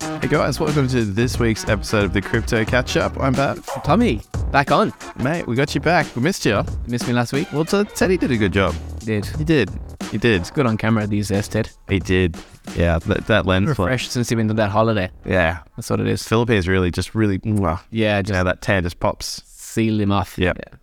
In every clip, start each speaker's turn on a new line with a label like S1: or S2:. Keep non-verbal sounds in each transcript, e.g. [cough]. S1: Hey guys, welcome to this week's episode of the Crypto Catch Up. I'm Bat.
S2: Tommy, back on.
S1: Mate, we got you back. We missed you.
S2: You missed me last week?
S1: Well, T- Teddy did a good job.
S2: You did.
S1: He did. He did.
S2: Good on camera these days, Ted.
S1: He did. Yeah, that, that lens. flare.
S2: Fresh since you've been on that holiday.
S1: Yeah.
S2: That's what it is.
S1: Philippines really just really, mwah.
S2: Yeah, just
S1: yeah, that tan just pops.
S2: seal him off.
S1: Yep.
S2: Yeah.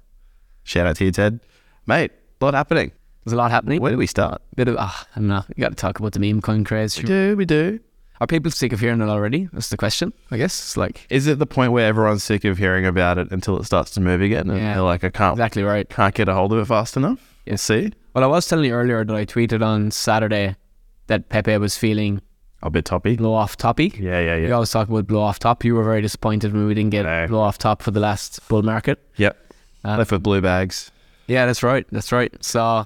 S1: Shout out to you, Ted. Mate, a lot happening.
S2: There's a lot happening.
S1: Where do we start?
S2: Bit of, ah, I don't know. You got to talk about the meme coin craze.
S1: We do, we do.
S2: Are people sick of hearing it already? That's the question, I guess. It's like,
S1: Is it the point where everyone's sick of hearing about it until it starts to move again? And
S2: Yeah.
S1: they're like, I can't,
S2: exactly right.
S1: can't get a hold of it fast enough?
S2: Yeah.
S1: See?
S2: Well, I was telling you earlier that I tweeted on Saturday that Pepe was feeling
S1: A bit toppy.
S2: blow off toppy.
S1: Yeah, yeah, yeah.
S2: We always talk about blow off top. You were very disappointed when we didn't get
S1: No.
S2: blow off top for the last bull market.
S1: Yep.
S2: Um,
S1: Left with blue bags.
S2: Yeah, that's right. That's right. So,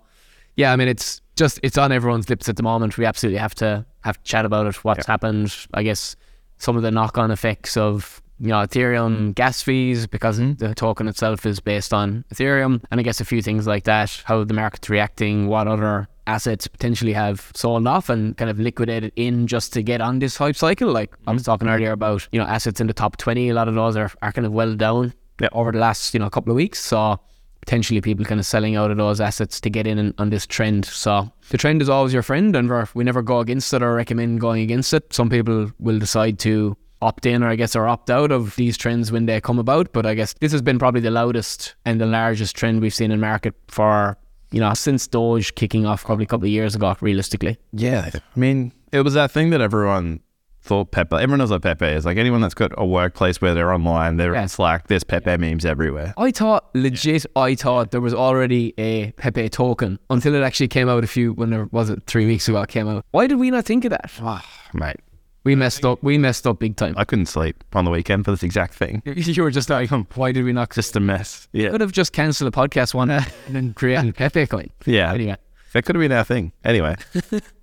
S2: yeah, I mean, it's just it's on everyone's lips at the moment. We absolutely have to have to chat about it. What's happened? I guess some of the knock-on effects of you know Ethereum gas fees because the token itself is based on Ethereum, and I guess a few things like that. How the market's reacting. What other assets potentially have sold off and kind of liquidated in just to get on this hype cycle. Like I was talking earlier about, you know, assets in the top 20, a lot of those are, are kind of well down
S1: Yeah.
S2: over the last, you know, couple of weeks. So potentially people kind of selling out of those assets to get in on, on this trend. So the trend is always your friend and we're, we never go against it or recommend going against it. Some people will decide to opt in or I guess or opt out of these trends when they come about. But I guess this has been probably the loudest and the largest trend we've seen in market for you know, since Doge kicking off probably a couple of years ago, realistically.
S1: Yeah. I mean, it was that thing that everyone thought Pepe, everyone knows what Pepe is. Like anyone that's got a workplace where they're online, they're in
S2: Yes.
S1: Slack, there's Pepe memes everywhere.
S2: I thought legit. I thought there was already a Pepe token until it actually came out a few. When there was it three weeks ago? It came out. Why did we not think of that?
S1: Oh, Mate,
S2: We messed up. We messed up big time.
S1: I couldn't sleep on the weekend for this exact thing.
S2: [laughs] You were just like, "Hmm, why did we not? Just
S1: Just a mess. Yeah.
S2: could have just cancelled the podcast [laughs] one and then created a Pepe coin.
S1: Yeah.
S2: Anyway,
S1: That could have been our thing.
S2: [laughs]
S1: Anyway,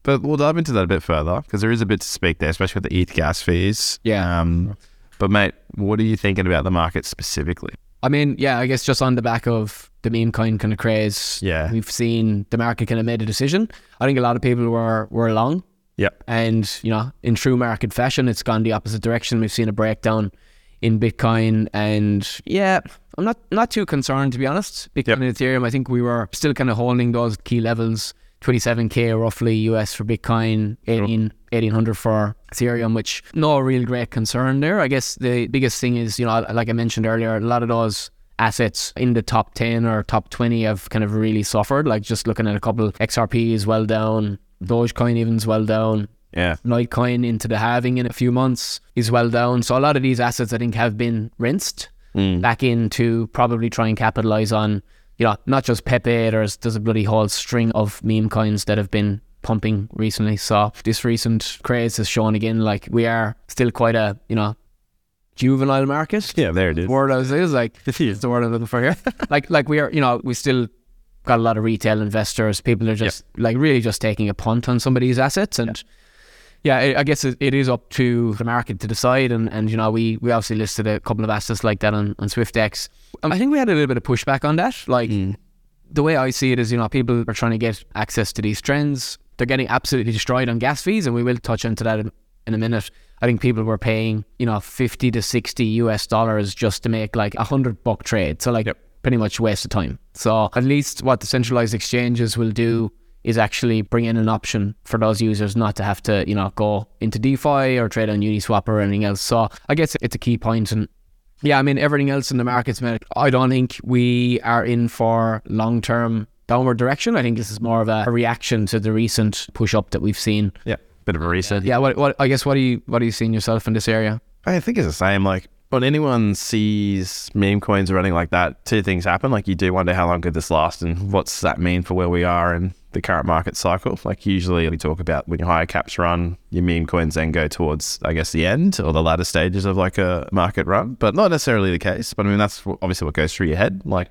S1: but we'll dive into that a bit further because there is a bit to speak there, especially with the ETH gas fees.
S2: Yeah.
S1: Um, but, mate, what are you thinking about the market specifically?
S2: I mean, yeah, I guess just on the back of the meme coin kind of craze.
S1: Yeah.
S2: we've seen the market kind of made a decision. I think a lot of people were were long
S1: Yep.
S2: And, you know, in true market fashion, it's gone the opposite direction. We've seen a breakdown in Bitcoin and yeah, I'm not not too concerned to be honest. Bitcoin
S1: Yep.
S2: and Ethereum, I think we were still kind of holding those key levels. 27k roughly US for Bitcoin, 18, 1800 for Ethereum, which no real great concern there. I guess the biggest thing is, you know, like I mentioned earlier, a lot of those assets in the top 10 or top 20 have kind of really suffered. Like just looking at a couple, XRP is well down, Dogecoin even's well down,
S1: Yeah.
S2: Litecoin into the halving in a few months is well down. So a lot of these assets, I think, have been rinsed back in to probably try and capitalize on, you know, not just Pepe. There's there's a bloody whole string of meme coins that have been pumping recently. So this recent craze has shown again, like we are still quite a you know juvenile market.
S1: Yeah, there it is.
S2: Word I was, it was like it's the word I'm looking for here. [laughs] like like we are, you know, we still got a lot of retail investors. People are just like really just taking a punt on somebody's assets and. Yeah, I I guess it, it is up to the market to decide. And, and you know, we, we obviously listed a couple of assets like that on, on SwiftX. Um, Hmm. I think we had a little bit of pushback on that. Like, the way I see it is, you know, people are trying to get access to these trends. They're getting absolutely destroyed on gas fees, and we will touch into that in, in a minute. I think people were paying, you know, 50 to 60 US dollars just to make like a 100 buck trade. So, like, pretty much waste of time. So, at least what the centralized exchanges will do is actually bring in an option for those users not to have to, you know, go into DeFi or trade on Uniswap or anything else. So I guess it's a key point and yeah, I mean everything else in the markets, man. I don't think we are in for long term downward direction. I think this is more of a, a reaction to the recent push up that we've seen.
S1: Yeah. Bit of a reset.
S2: Yeah, what, what I guess what are you what are you seeing yourself in this area?
S1: I think it's the same. Like when anyone sees meme coins running like that, two things happen. Like you do wonder how long could this last, and what's that mean for where we are in the current market cycle. Like usually we talk about when your higher caps run, your meme coins then go towards, I guess, the end or the latter stages of like a market run, but not necessarily the case. But I mean that's wh- obviously what goes through your head. Like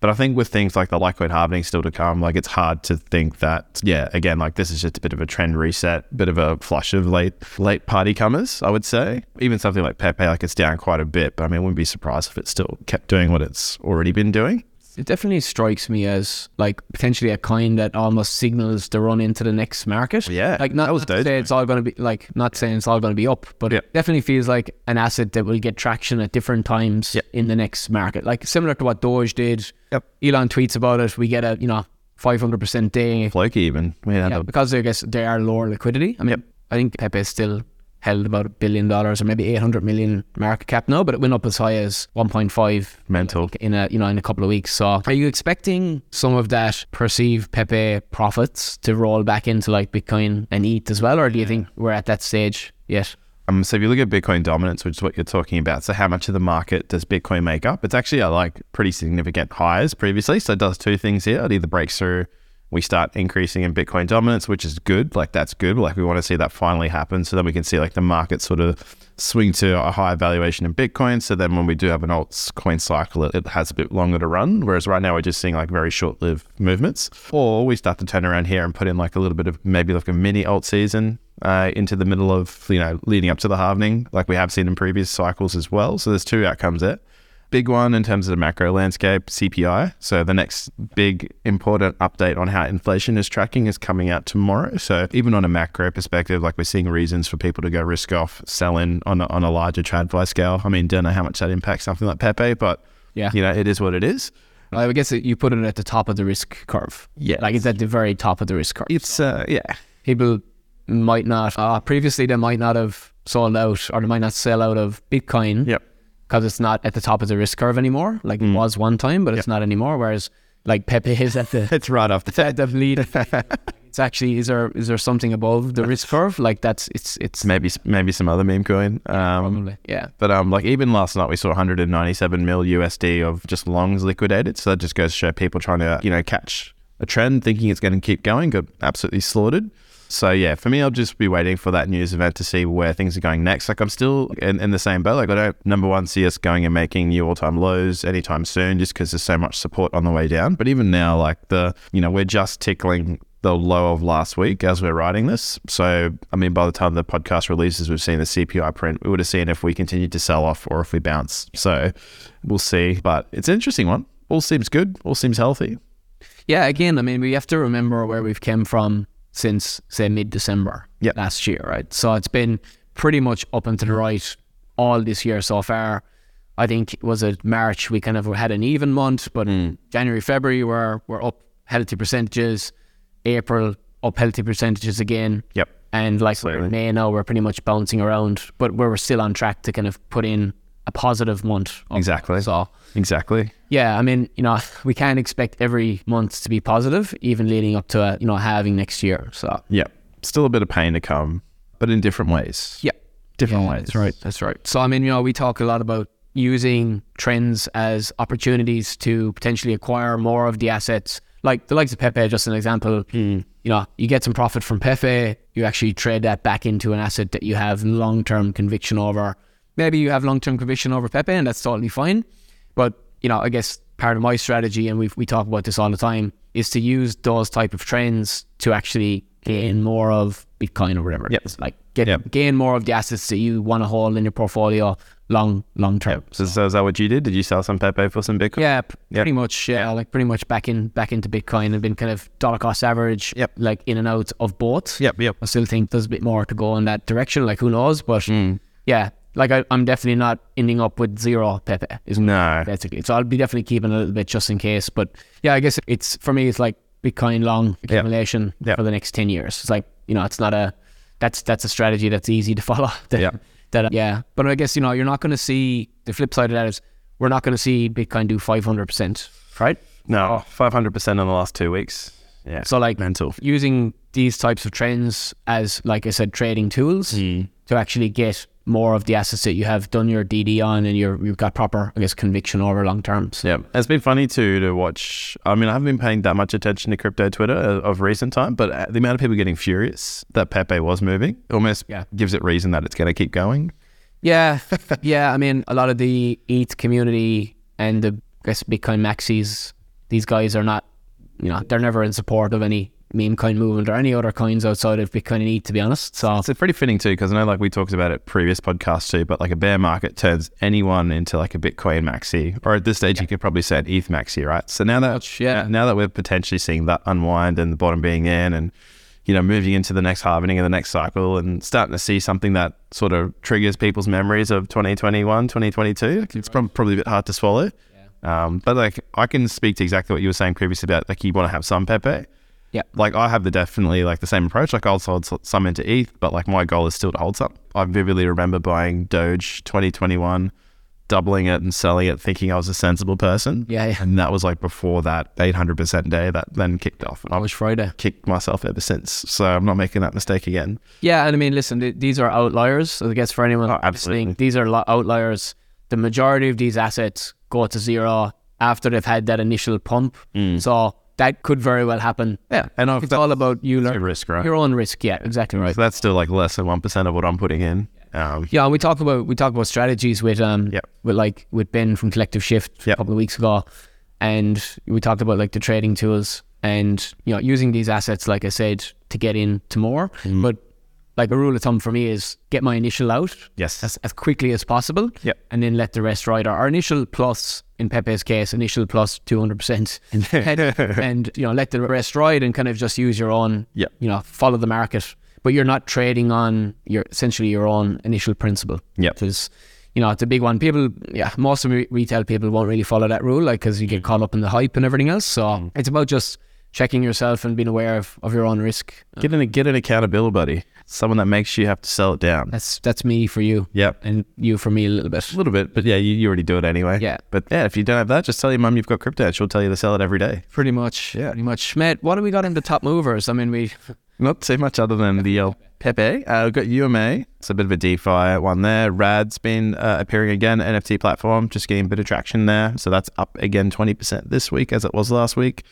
S1: but I think with things like the Litecoin halvening still to come, like it's hard to think that, yeah, again, like this is just a bit of a trend reset, bit of a flush of late late party comers, I would say. Even something like Pepe, like it's down quite a bit, but I mean, I wouldn't be surprised if it still kept doing what it's already been doing.
S2: it definitely strikes me as like potentially a coin that almost signals the run into the next market.
S1: Yeah,
S2: like not,
S1: that was
S2: not to
S1: dope,
S2: say it's all going to be like not saying it's all going to be up, but
S1: Yeah.
S2: it definitely feels like an asset that will get traction at different times
S1: Yeah.
S2: in the next market. Like similar to what Doge did.
S1: Yep.
S2: Elon tweets about it. We get a you know five hundred percent day
S1: Floki even. We had
S2: yeah,
S1: a,
S2: because I guess they are lower liquidity. I mean,
S1: Yep.
S2: I think Pepe is still held about a billion dollars or maybe 800 million market cap now, but it went up as high as 1.5
S1: Mental.
S2: in a you know in a couple of weeks. So are you expecting some of that perceived Pepe profits to roll back into like Bitcoin and ETH as well, or do you think we're at that stage yet?
S1: Um, so if you look at Bitcoin dominance, which is what you're talking about, so how much of the market does Bitcoin make up? It's actually at like pretty significant highs previously. So it does two things here. It either breaks through, we start increasing in Bitcoin dominance, which is good. Like that's good. Like we want to see that finally happen, so then we can see like the market sort of swing to a higher valuation in Bitcoin. So then when we do have an altcoin cycle, it, it has a bit longer to run. Whereas right now we're just seeing like very short-lived movements. Or we start to turn around here and put in like a little bit of maybe like a mini alt season uh, into the middle of you know leading up to the halvening, like we have seen in previous cycles as well. So there's two outcomes there. Big one in terms of the macro landscape, CPI. So the next big important update on how inflation is tracking is coming out tomorrow. So even on a macro perspective, like we're seeing reasons for people to go risk off, sell in on a, on a larger TradFi scale. I mean, don't know how much that impacts something like Pepe, but
S2: Yeah.
S1: you know it is what it is.
S2: I would guess that you put it at the top of the risk curve.
S1: Yeah.
S2: Like it's at the very top of the risk curve.
S1: It's uh, yeah,
S2: people might not uh, previously they might not have sold out or they might not sell out of Bitcoin
S1: Yep.
S2: because it's not at the top of the risk curve anymore like
S1: Mm.
S2: it was one time but it's not anymore whereas like Pepe is at the
S1: [laughs] it's right off the
S2: [laughs] at
S1: [laughs]
S2: the lead it's actually is there is there something above the risk curve like that's it's it's
S1: maybe maybe some other meme coin. Um,
S2: probably yeah
S1: But um, like even last night we saw 197 mil USD of just longs liquidated. So that just goes to show people trying to you know catch a trend, thinking it's going to keep going, got absolutely slaughtered. So yeah, for me, I'll just be waiting for that news event to see where things are going next. Like I'm still in, in the same boat. Like I don't number one see us going and making new all time lows anytime soon, just because there's so much support on the way down. But even now, like the you know we're just tickling the low of last week as we're writing this. So, I mean, by the time the podcast releases, we've seen the CPI print. We would have seen if we continued to sell off or if we bounce. So, we'll see. But it's an interesting one. All seems good. All seems healthy.
S2: yeah again I mean we have to remember where we've come from since say mid December
S1: Yep.
S2: last year right so it's been pretty much up and to the right all this year so far I think was it March we kind of had an even month, but
S1: Mm.
S2: January, February were were up healthy percentages. April up healthy percentages again.
S1: Yep.
S2: And like we're
S1: Absolutely.
S2: in May now, we're pretty much bouncing around, but where we're still on track to kind of put in a positive month. of-
S1: Exactly.
S2: So
S1: Exactly.
S2: yeah, I mean, you know, we can't expect every month to be positive, even leading up to a, you know halving next year. So
S1: Yep. Still a bit of pain to come, but in different ways.
S2: yeah.
S1: Different ways.
S2: That's right. That's right. So I mean, you know, we talk a lot about using trends as opportunities to potentially acquire more of the assets. Like the likes of Pepe, just an example. You know, you get some profit from Pepe, you actually trade that back into an asset that you have long term conviction over. Maybe you have long term conviction over Pepe, and that's totally fine. But you know, I guess part of my strategy, and we we talk about this all the time, is to use those type of trends to actually gain more of Bitcoin or whatever.
S1: Yep.
S2: It's Like get
S1: Yep.
S2: gain more of the assets that you want to hold in your portfolio long long term.
S1: So, so, is that what you did? Did you sell some Pepe for some Bitcoin?
S2: Yeah, p-
S1: Yep.
S2: pretty much. Yeah, like pretty much back in back into Bitcoin and been kind of dollar cost average.
S1: Yep.
S2: Like in and out of both.
S1: Yep. Yep.
S2: I still think there's a bit more to go in that direction. Like who knows? But
S1: Hmm.
S2: yeah, like I, I'm definitely not ending up with zero Pepe. Is
S1: No.
S2: basically. So I'll be definitely keeping a little bit just in case. But yeah, I guess it's for me it's like Bitcoin long accumulation
S1: Yep.
S2: for the next ten years. It's like you know it's not a that's that's a strategy that's easy to [laughs] follow. That,
S1: Yep.
S2: that uh, yeah. But I guess you know you're not going to see the flip side of that is we're not going to see Bitcoin do five hundred percent, right? Oh.
S1: No. 500% in the last two weeks. Yeah.
S2: So like
S1: mental.
S2: using these types of trends as like I said trading tools
S1: Hmm.
S2: to actually get more of the assets that you have done your DD on and you're, you've got proper I guess conviction over long term. So
S1: Yeah, it's been funny too to watch. I mean, I haven't been paying that much attention to crypto Twitter uh, of recent time, but uh, the amount of people getting furious that Pepe was moving almost
S2: Yeah.
S1: gives it reason that it's going to keep going. [laughs]
S2: Yeah, yeah. I mean, a lot of the ETH community and the I guess Bitcoin maxis, these guys are not, you know, they're never in support of any meme coin movement or any other coins outside of Bitcoin and ETH, to be honest. So
S1: Oh, It's pretty fitting too, because I know like we talked about it previous podcast too, but like a bear market turns anyone into like a Bitcoin maxi, or at this stage you could probably say an ETH maxi, right? So now that
S2: Much, yeah.
S1: now- now that we're potentially seeing that unwind and the bottom being in, and you know moving into the next halving and the next cycle, and starting to see something that sort of triggers people's memories of 2021, 2022, it's prob- probably a bit hard to swallow. Um, but like I can speak to exactly what you were saying previously about like you want to have some Pepe
S2: yeah,
S1: like I have the definitely like the same approach. Like I'll hold s- some into ETH, but like my goal is still to hold some. I vividly remember buying Doge 2021, doubling it and selling it, thinking I was a sensible person.
S2: Yeah, yeah.
S1: And that was like before that 800% day that then kicked off. And
S2: that
S1: I've
S2: was Friday.
S1: kicked myself ever since. So I'm not making that mistake again.
S2: Yeah, and I mean, listen, th- these are outliers. So I guess for anyone
S1: Oh, absolutely.
S2: listening, these are lo- outliers. The majority of these assets go to zero after they've had that initial pump. So that could very well happen.
S1: Mm. Yeah, and I've-
S2: it's all about you learn
S1: risk, right?
S2: your own risk. Yeah, exactly right.
S1: So that's still like less than 1% of what I'm putting in. Um,
S2: Yeah, and we talk about we talk about strategies with um
S1: Yep.
S2: with like with Ben from Collective Shift
S1: Yep.
S2: a couple of weeks ago, and we talked about like the trading tools and you know using these assets like I said to get in to more. But like a rule of thumb for me is get my initial out
S1: Yes.
S2: as, as quickly as possible,
S1: Yep.
S2: and then let the rest ride. Our initial plus in Pepe's case, initial plus two hundred percent, [laughs] and you know let the rest ride and kind of just use your own
S1: Yep.
S2: you know follow the market but you're not trading on your essentially your own initial principle
S1: Yep.
S2: because you know it's a big one people yeah most of re- retail people won't really follow that rule like because you get caught up in the hype and everything else so it's about just checking yourself and being aware of, of your own risk
S1: Get an, get an accountability buddy, someone that makes you have to sell it down.
S2: that's that's me for you
S1: Yep.
S2: and you for me a little bit
S1: A little bit, but yeah, you, you already do it anyway.
S2: Yeah.
S1: But yeah, if you don't have that, just tell your mum you've got crypto. and She'll tell you to sell it every day.
S2: pretty much yeah pretty much Matt what do we got in the top movers I mean we
S1: Not too much other than the El Pepe. Uh, we've got UMA. It's a bit of a DeFi one there. Rad's been uh, appearing again, NFT platform, just getting a bit of traction there. So that's up again 20% this week as it was last week.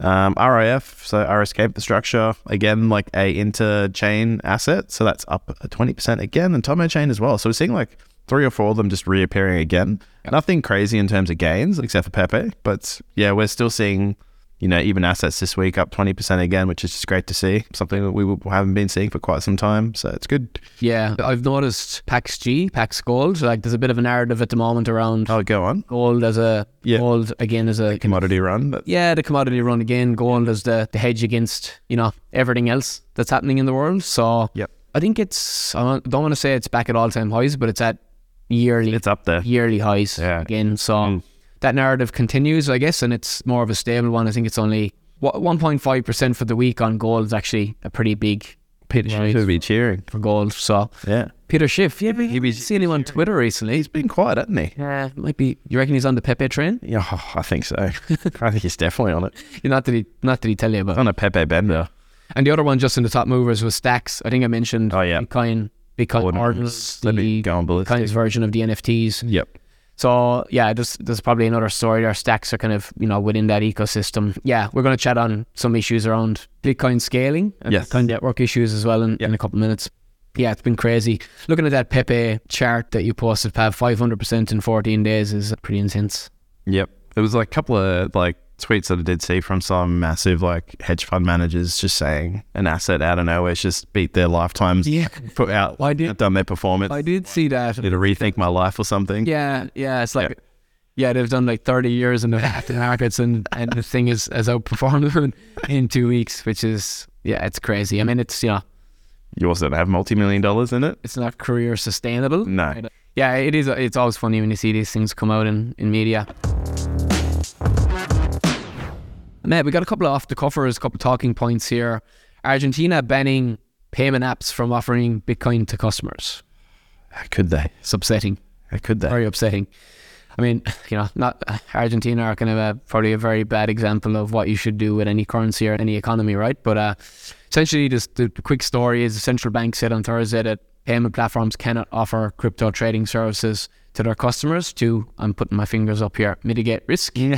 S1: Um, RIF, so RSK infrastructure, again, like a interchain asset. So that's up 20% again, and Tomo chain as well. So we're seeing like three or four of them just reappearing again. Nothing crazy in terms of gains except for Pepe. But yeah, we're still seeing you know, even assets this week up 20% again, which is just great to see. Something that we w- haven't been seeing for quite some time. So it's good.
S2: yeah I've noticed PAX G PAX Gold like there's a bit of a narrative at the moment around
S1: Oh, go on.
S2: gold as a
S1: Yeah.
S2: gold again as a
S1: Commodity run. But
S2: yeah, the commodity run again, gold is the, the hedge against, you know, everything else that's happening in the world. So
S1: Yep.
S2: I think it's, I don't- don't want to say it's back at all time highs, but it's at yearly,
S1: it's up there.
S2: yearly highs
S1: Yeah. Hmm.
S2: again. So that narrative continues, I guess, and it's more of a stable one. I think it's only wa- 1.5% for the week on gold is actually a pretty big
S1: Peter
S2: Right.
S1: should be cheering.
S2: for gold. So
S1: Yeah.
S2: Peter Schiff, yeah,
S1: He
S2: he
S1: was-
S2: was seen him on Twitter recently.
S1: He's been quiet, hasn't he?
S2: Yeah, might be. You reckon he's on the Pepe train?
S1: Yeah, oh, I think so. [laughs] I think he's definitely on it.
S2: Not that he, not that he tell you about.
S1: On a Pepe bender.
S2: And the other one just in the top movers was Stacks. I think I mentioned
S1: Oh, yeah.
S2: Bitcoin, Bitcoin
S1: Ordinals.
S2: Ordinals,
S1: Let me
S2: the
S1: go on ballistic.
S2: Bitcoin's version of the NFTs.
S1: Yep.
S2: So yeah, there's, there's probably another story there. Stacks are kind of, you know, within that ecosystem. Yeah, we're going to chat on some issues around Bitcoin scaling and
S1: Yes.
S2: Bitcoin network issues as well in, in a couple of minutes. Yeah, it's been crazy. Looking at that Pepe chart that you posted, Pav, 500% in 14 days is pretty intense.
S1: Yep. There was like a couple of like tweets that I did see from some massive like hedge fund managers just saying an asset out of nowhere's just beat their lifetimes.
S2: Yeah.
S1: Put out,
S2: Why do-
S1: done their performance.
S2: I did see that.
S1: Need to rethink my life or something.
S2: Yeah, yeah. It's like, yeah, they've done like 30 years in the after markets, and and the thing is has outperformed them in, in two weeks, which is yeah, it's crazy. I mean, it's you know,
S1: You also don't have multi million dollars in it.
S2: it's not career sustainable.
S1: No.
S2: Yeah, it is. It's always funny when you see these things come out in in media. Matt, we got a couple of off the coffers, a couple of talking points here. Argentina banning payment apps from offering Bitcoin to customers.
S1: How could they?
S2: It's upsetting.
S1: How could they?
S2: very upsetting. I mean, [sighs] you know, not Argentina are kind of a, probably a very bad example of what you should do with any currency or any economy, right? But uh, essentially, this, the quick story is the central bank said on Thursday that payment platforms cannot offer crypto trading services to their customers to, I'm putting my fingers up here, mitigate
S1: [laughs]
S2: risk
S1: yeah,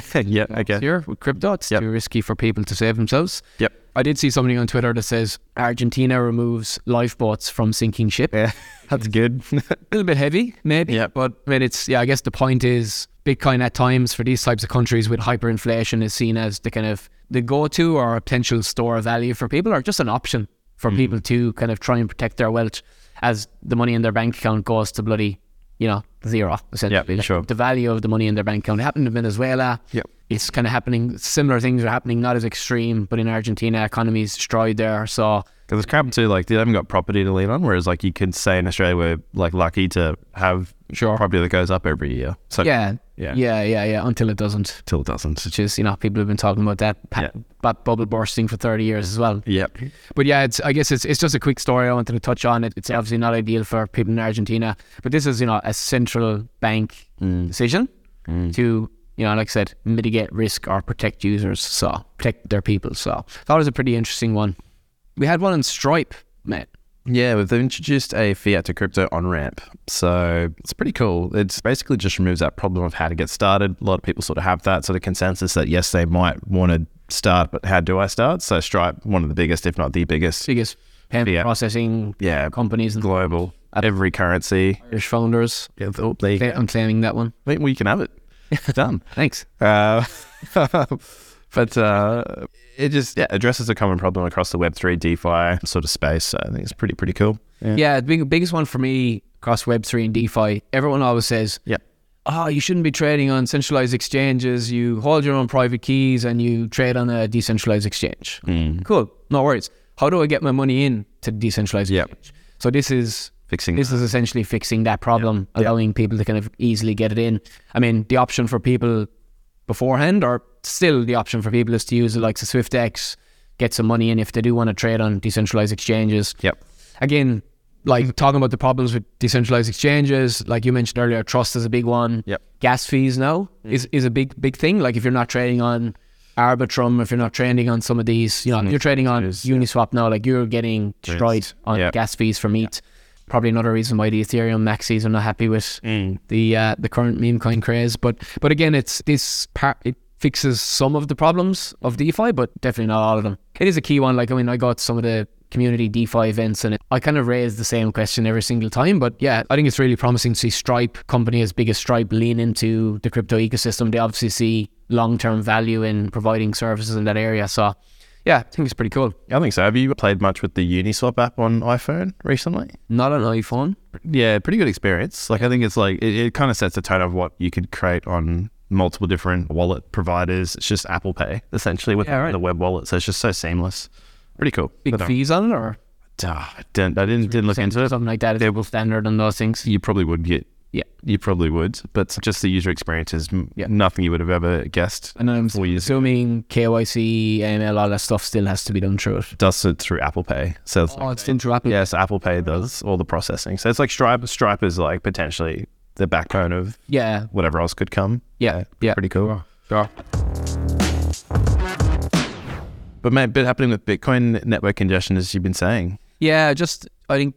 S1: okay.
S2: here with crypto. It's
S1: Yep.
S2: too risky for people to save themselves.
S1: Yep.
S2: I did see something on Twitter that says Argentina removes lifeboats from sinking ship
S1: Yeah, [laughs] that's good.
S2: a little bit heavy, maybe.
S1: Yeah.
S2: But I mean, it's yeah. I guess the point is Bitcoin at times for these types of countries with hyperinflation is seen as the kind of the go-to or a potential store of value for people, or just an option
S1: Mm-hmm.
S2: for people to kind of try and protect their wealth as the money in their bank account goes to bloody, you know, zero essentially. Like,
S1: sure.
S2: The value of the money in their bank account it happened in Venezuela.
S1: Yep.
S2: It's kind of happening. Similar things are happening, not as extreme, but in Argentina, economy's destroyed there. So
S1: Because it's crap too, like they haven't got property to lean on, whereas like you could say in Australia we're like lucky to have
S2: Sure.
S1: property that goes up every year. So
S2: yeah,
S1: Yeah.
S2: yeah, yeah, yeah. Until it doesn't.
S1: till it doesn't.
S2: which is you know people have been talking about that pa-
S1: Yeah.
S2: that bubble bursting for 30 years as well
S1: Yep.
S2: but yeah it's i guess it's it's just a quick story i wanted to touch on it it's obviously not ideal for people in argentina but this is you know a central bank
S1: Mm.
S2: decision to you know like i said mitigate risk or protect users so protect their people so that was a pretty interesting one we had one in stripe mate
S1: Yeah, well, they've introduced a fiat to crypto on ramp. So it's pretty cool. It's basically just removes that problem of how to get started. A lot of people sort of have that sort of consensus that yes, they might want to start, but how do I start? So Stripe, one of the biggest, if not the biggest,
S2: biggest payment
S1: Yeah.
S2: processing
S1: yeah,
S2: companies and
S1: global, every currency.
S2: irish founders
S1: Yeah, th- there you
S2: Cla-
S1: go.
S2: i'm claiming that one
S1: Mate, we can have it. Done.
S2: thanks
S1: Uh, [laughs] but uh, it just yeah, addresses a common problem across the Web3 DeFi sort of space. So I think it's pretty, pretty cool.
S2: Yeah, the big, biggest one for me across Web3 and DeFi, everyone always says,
S1: Yep.
S2: oh, you shouldn't be trading on centralized exchanges. You hold your own private keys and you trade on a decentralized exchange. Cool, no worries. How do I get my money in to the decentralized
S1: Yep.
S2: exchange? So this is
S1: Fixing
S2: this is essentially fixing that problem, allowing people to kind of easily get it in. I mean, the option for people beforehand, or still the option for people, is to use the likes of SwiftX, get some money in if they do want to trade on decentralized exchanges
S1: Yep.
S2: again, like talking about the problems with decentralized exchanges, like you mentioned earlier, trust is a big one.
S1: Yep.
S2: Gas fees now is, is a big big thing. Like if you're not trading on Arbitrum, if you're not trading on some of these, you know, if you're trading on Uniswap now, like you're getting destroyed on
S1: Yeah.
S2: gas fees from ETH. Probably another reason why the Ethereum maxis are not happy with
S1: Mm.
S2: the uh, the current meme coin craze. But but again, it's this part it fixes some of the problems of DeFi, but definitely not all of them. It is a key one. Like I mean, I got some of the community DeFi events, and it, I kind of raise the same question every single time. But yeah, I think it's really promising to see Stripe, company as big as Stripe, lean into the crypto ecosystem. They obviously see long term value in providing services in that area. So yeah, I think it's pretty cool.
S1: I think so. Have you played much with the Uniswap app on iPhone recently?
S2: Not an iPhone.
S1: Yeah, pretty good experience. Like I think it's like it, it kind of sets the tone of what you could create on multiple different wallet providers. It's just Apple Pay essentially with
S2: Yeah, right.
S1: the web wallet, so it's just so seamless. Pretty cool.
S2: Big
S1: But, um,
S2: fees on it, or
S1: ah, I didn't I didn't, didn't look into it.
S2: something like that. It's standard on those things.
S1: You probably would get.
S2: Yeah.
S1: you probably would, but just the user experience is m
S2: Yeah.
S1: nothing you would have ever guessed.
S2: And I'm
S1: Four years
S2: assuming KYC, AML, all that stuff still has to be done through it.
S1: Does it through Apple Pay, so it's
S2: Oh, it's done through Apple.
S1: Yes, Apple Pay does all the processing. So it's like Stripe. Stripe is like potentially the backbone of
S2: Yeah.
S1: whatever else could come.
S2: Yeah. Yeah.
S1: Pretty cool. But mate, bit happening with Bitcoin network congestion, as you've been saying.
S2: Yeah. Just, I think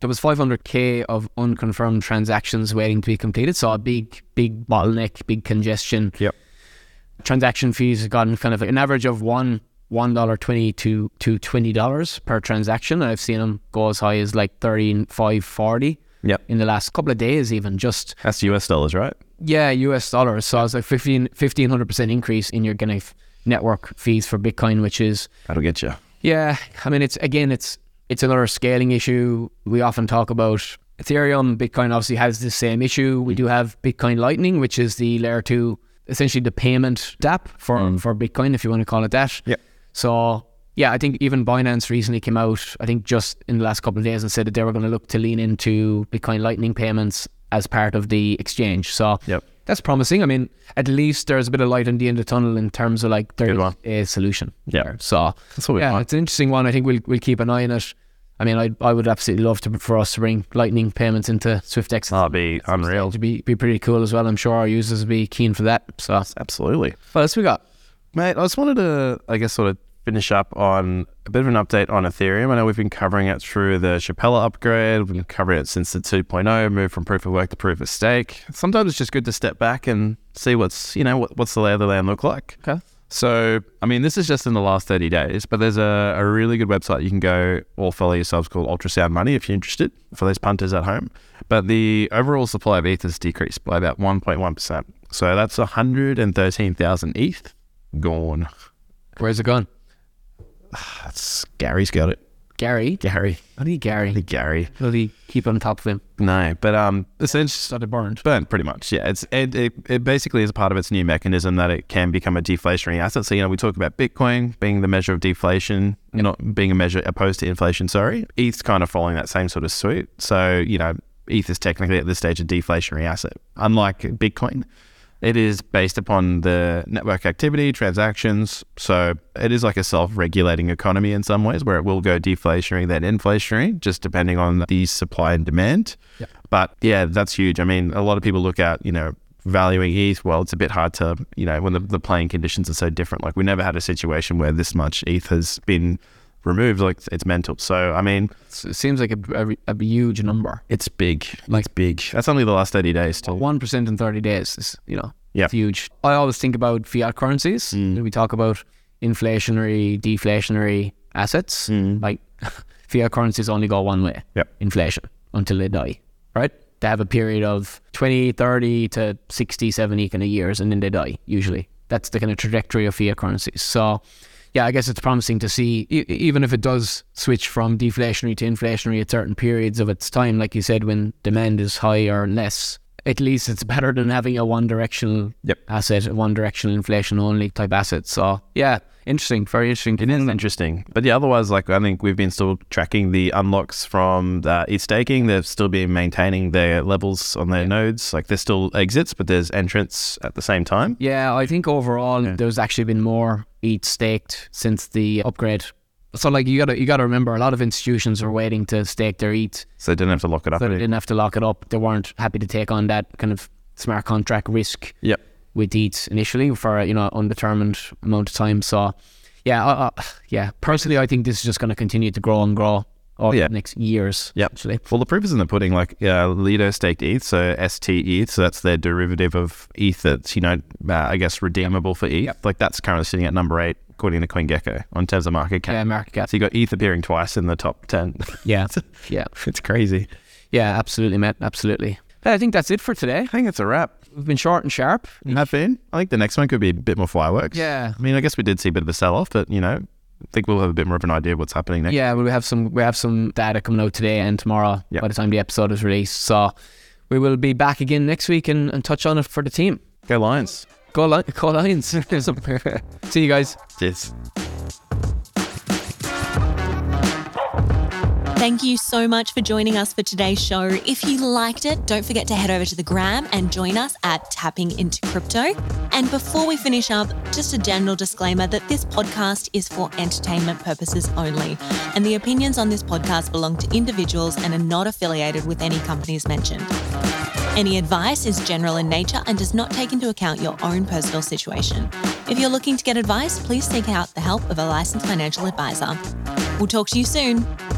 S2: there was 500K of unconfirmed transactions waiting to be completed. So a big, big bottleneck, big congestion.
S1: Yep.
S2: Transaction fees have gotten kind of an average of one. One dollar twenty to to twenty dollars per transaction, and I've seen them go as high as like thirty five forty
S1: Yep.
S2: in the last couple of days, even just
S1: That's US dollars, right?
S2: Yeah, US dollars. So it's like 15, 1500% increase in your kind of network fees for Bitcoin, which is,
S1: That'll get you.
S2: yeah, I mean, it's again, it's it's another scaling issue. We often talk about Ethereum. Bitcoin obviously has the same issue.
S1: Mm.
S2: We do have Bitcoin Lightning, which is the layer two, essentially the payment DApp for,
S1: Mm.
S2: for Bitcoin, if you want to call it that.
S1: Yep.
S2: So yeah, I think even Binance recently came out, I think just in the last couple of days, and said that they were going to look to lean into Bitcoin Lightning payments as part of the exchange. So
S1: Yep.
S2: that's promising. I mean, at least there's a bit of light in the end of the tunnel in terms of like there
S1: Good
S2: is
S1: one.
S2: a solution.
S1: Yeah.
S2: there. So
S1: That's what we
S2: yeah,
S1: want.
S2: it's an interesting one. I think we'll we'll keep an eye on it. I mean, I I would absolutely love to for us to bring Lightning payments into SwiftX.
S1: That'll be unreal.
S2: It'd be be pretty cool as well. I'm sure our users would be keen for that. So
S1: Absolutely.
S2: what else we got?
S1: Mate, I just wanted to, I guess, sort of finish up on a bit of an update on Ethereum. I know we've been covering it through the Chapella upgrade. We've been covering it since the 2.0 move from proof of work to proof of stake. Sometimes it's just good to step back and see what's, you know, what, what's the lay of the land look like.
S2: Okay.
S1: So, I mean, this is just in the last 30 days, but there's a, a really good website you can go or follow yourselves called Ultrasound Money if you're interested for those punters at home. But the overall supply of ETH has decreased by about 1.1%. So that's 113,000 ETH gone.
S2: Where's it gone?
S1: That's Gary's got it.
S2: Gary.
S1: Gary.
S2: Bloody Gary.
S1: Gary.
S2: Bloody keep on top of him.
S1: No, but um,
S2: It's
S1: essentially,
S2: not a burned.
S1: burnt pretty much. Yeah, it's it, it, it basically is part of its new mechanism that it can become a deflationary asset. So you know we talk about Bitcoin being the measure of deflation, not being a measure opposed to inflation. Sorry, ETH's kind of following that same sort of suit. So you know ETH is technically at this stage a deflationary asset, unlike Bitcoin. It is based upon the network activity, transactions. So it is like a self regulating economy in some ways where it will go deflationary, then inflationary, just depending on the supply and demand. But yeah, that's huge. I mean, a lot of people look at, you know, valuing ETH. Well, it's a bit hard to, you know, when the, the playing conditions are so different. Like we never had a situation where this much ETH has been removed. Like it's, it's mental. So, I mean,
S2: It's- It seems like a, a, a huge number.
S1: it's big.
S2: Like-
S1: it's big. That's only the last 30 days too.
S2: One percent in thirty days is you know
S1: Yeah.
S2: it's huge. I always think about fiat currencies. We talk about inflationary, deflationary assets. Like [laughs] fiat currencies only go one way.
S1: Yep.
S2: Inflation until they die. Right? They have a period of 20, 30 to 60, 70 kind of years and then they die usually. That's the kind of trajectory of fiat currencies. So yeah, I guess it's promising to see, e- even if it does switch from deflationary to inflationary at certain periods of its time, like you said, when demand is high or less, at least it's [laughs] better than having a one directional
S1: Yep.
S2: asset, a one directional inflation only type asset. So, yeah, interesting, very interesting.
S1: It is interesting. But yeah, otherwise, like I think we've been still tracking the unlocks from uh, ETH staking. They've still been maintaining their levels on their nodes. Like there's still exits, but there's entrance at the same time.
S2: Yeah, I think overall there's actually been more ETH staked since the upgrade. So like you gotta you gotta remember a lot of institutions were waiting to stake their ETH,
S1: So they didn't have to lock it up.
S2: so they didn't have to lock it up. They weren't happy to take on that kind of smart contract risk
S1: yep.
S2: with ETH initially for you know undetermined amount of time. So yeah, I, I, yeah. Personally, I think this is just going to continue to grow and grow over
S1: yeah.
S2: the next years.
S1: Yep.
S2: actually.
S1: Well, the proof is in the pudding. Like uh, Lido staked ETH, so ST ETH, so that's their derivative of ETH that's you know uh, I guess redeemable for ETH. Like that's currently sitting at number eight according to CoinGecko on terms of market cap.
S2: Yeah, market cap.
S1: So you got ETH appearing twice in the top ten. [laughs]
S2: Yeah, yeah,
S1: it's crazy.
S2: yeah. Absolutely, Matt. Absolutely. But I think that's it for today.
S1: I think it's a wrap.
S2: We've been short and sharp.
S1: Have been. I think the next one could be a bit more fireworks.
S2: Yeah.
S1: I mean, I guess we did see a bit of a sell off, but you know, I think we'll have a bit more of an idea of what's happening next.
S2: Yeah, well, we have some we have some data coming out today and tomorrow
S1: Yeah.
S2: by the time the episode is released. So we will be back again next week and, and touch on it for the team.
S1: Go Lions.
S2: Go Lions! Go Lions! [laughs] See you guys.
S1: Cheers.
S3: Thank you so much for joining us for today's show. If you liked it, don't forget to head over to the gram and join us at Tapping Into Crypto. And before we finish up, just a general disclaimer that this podcast is for entertainment purposes only, and the opinions on this podcast belong to individuals and are not affiliated with any companies mentioned. Any advice is general in nature and does not take into account your own personal situation. If you're looking to get advice, please seek out the help of a licensed financial advisor. We'll talk to you soon.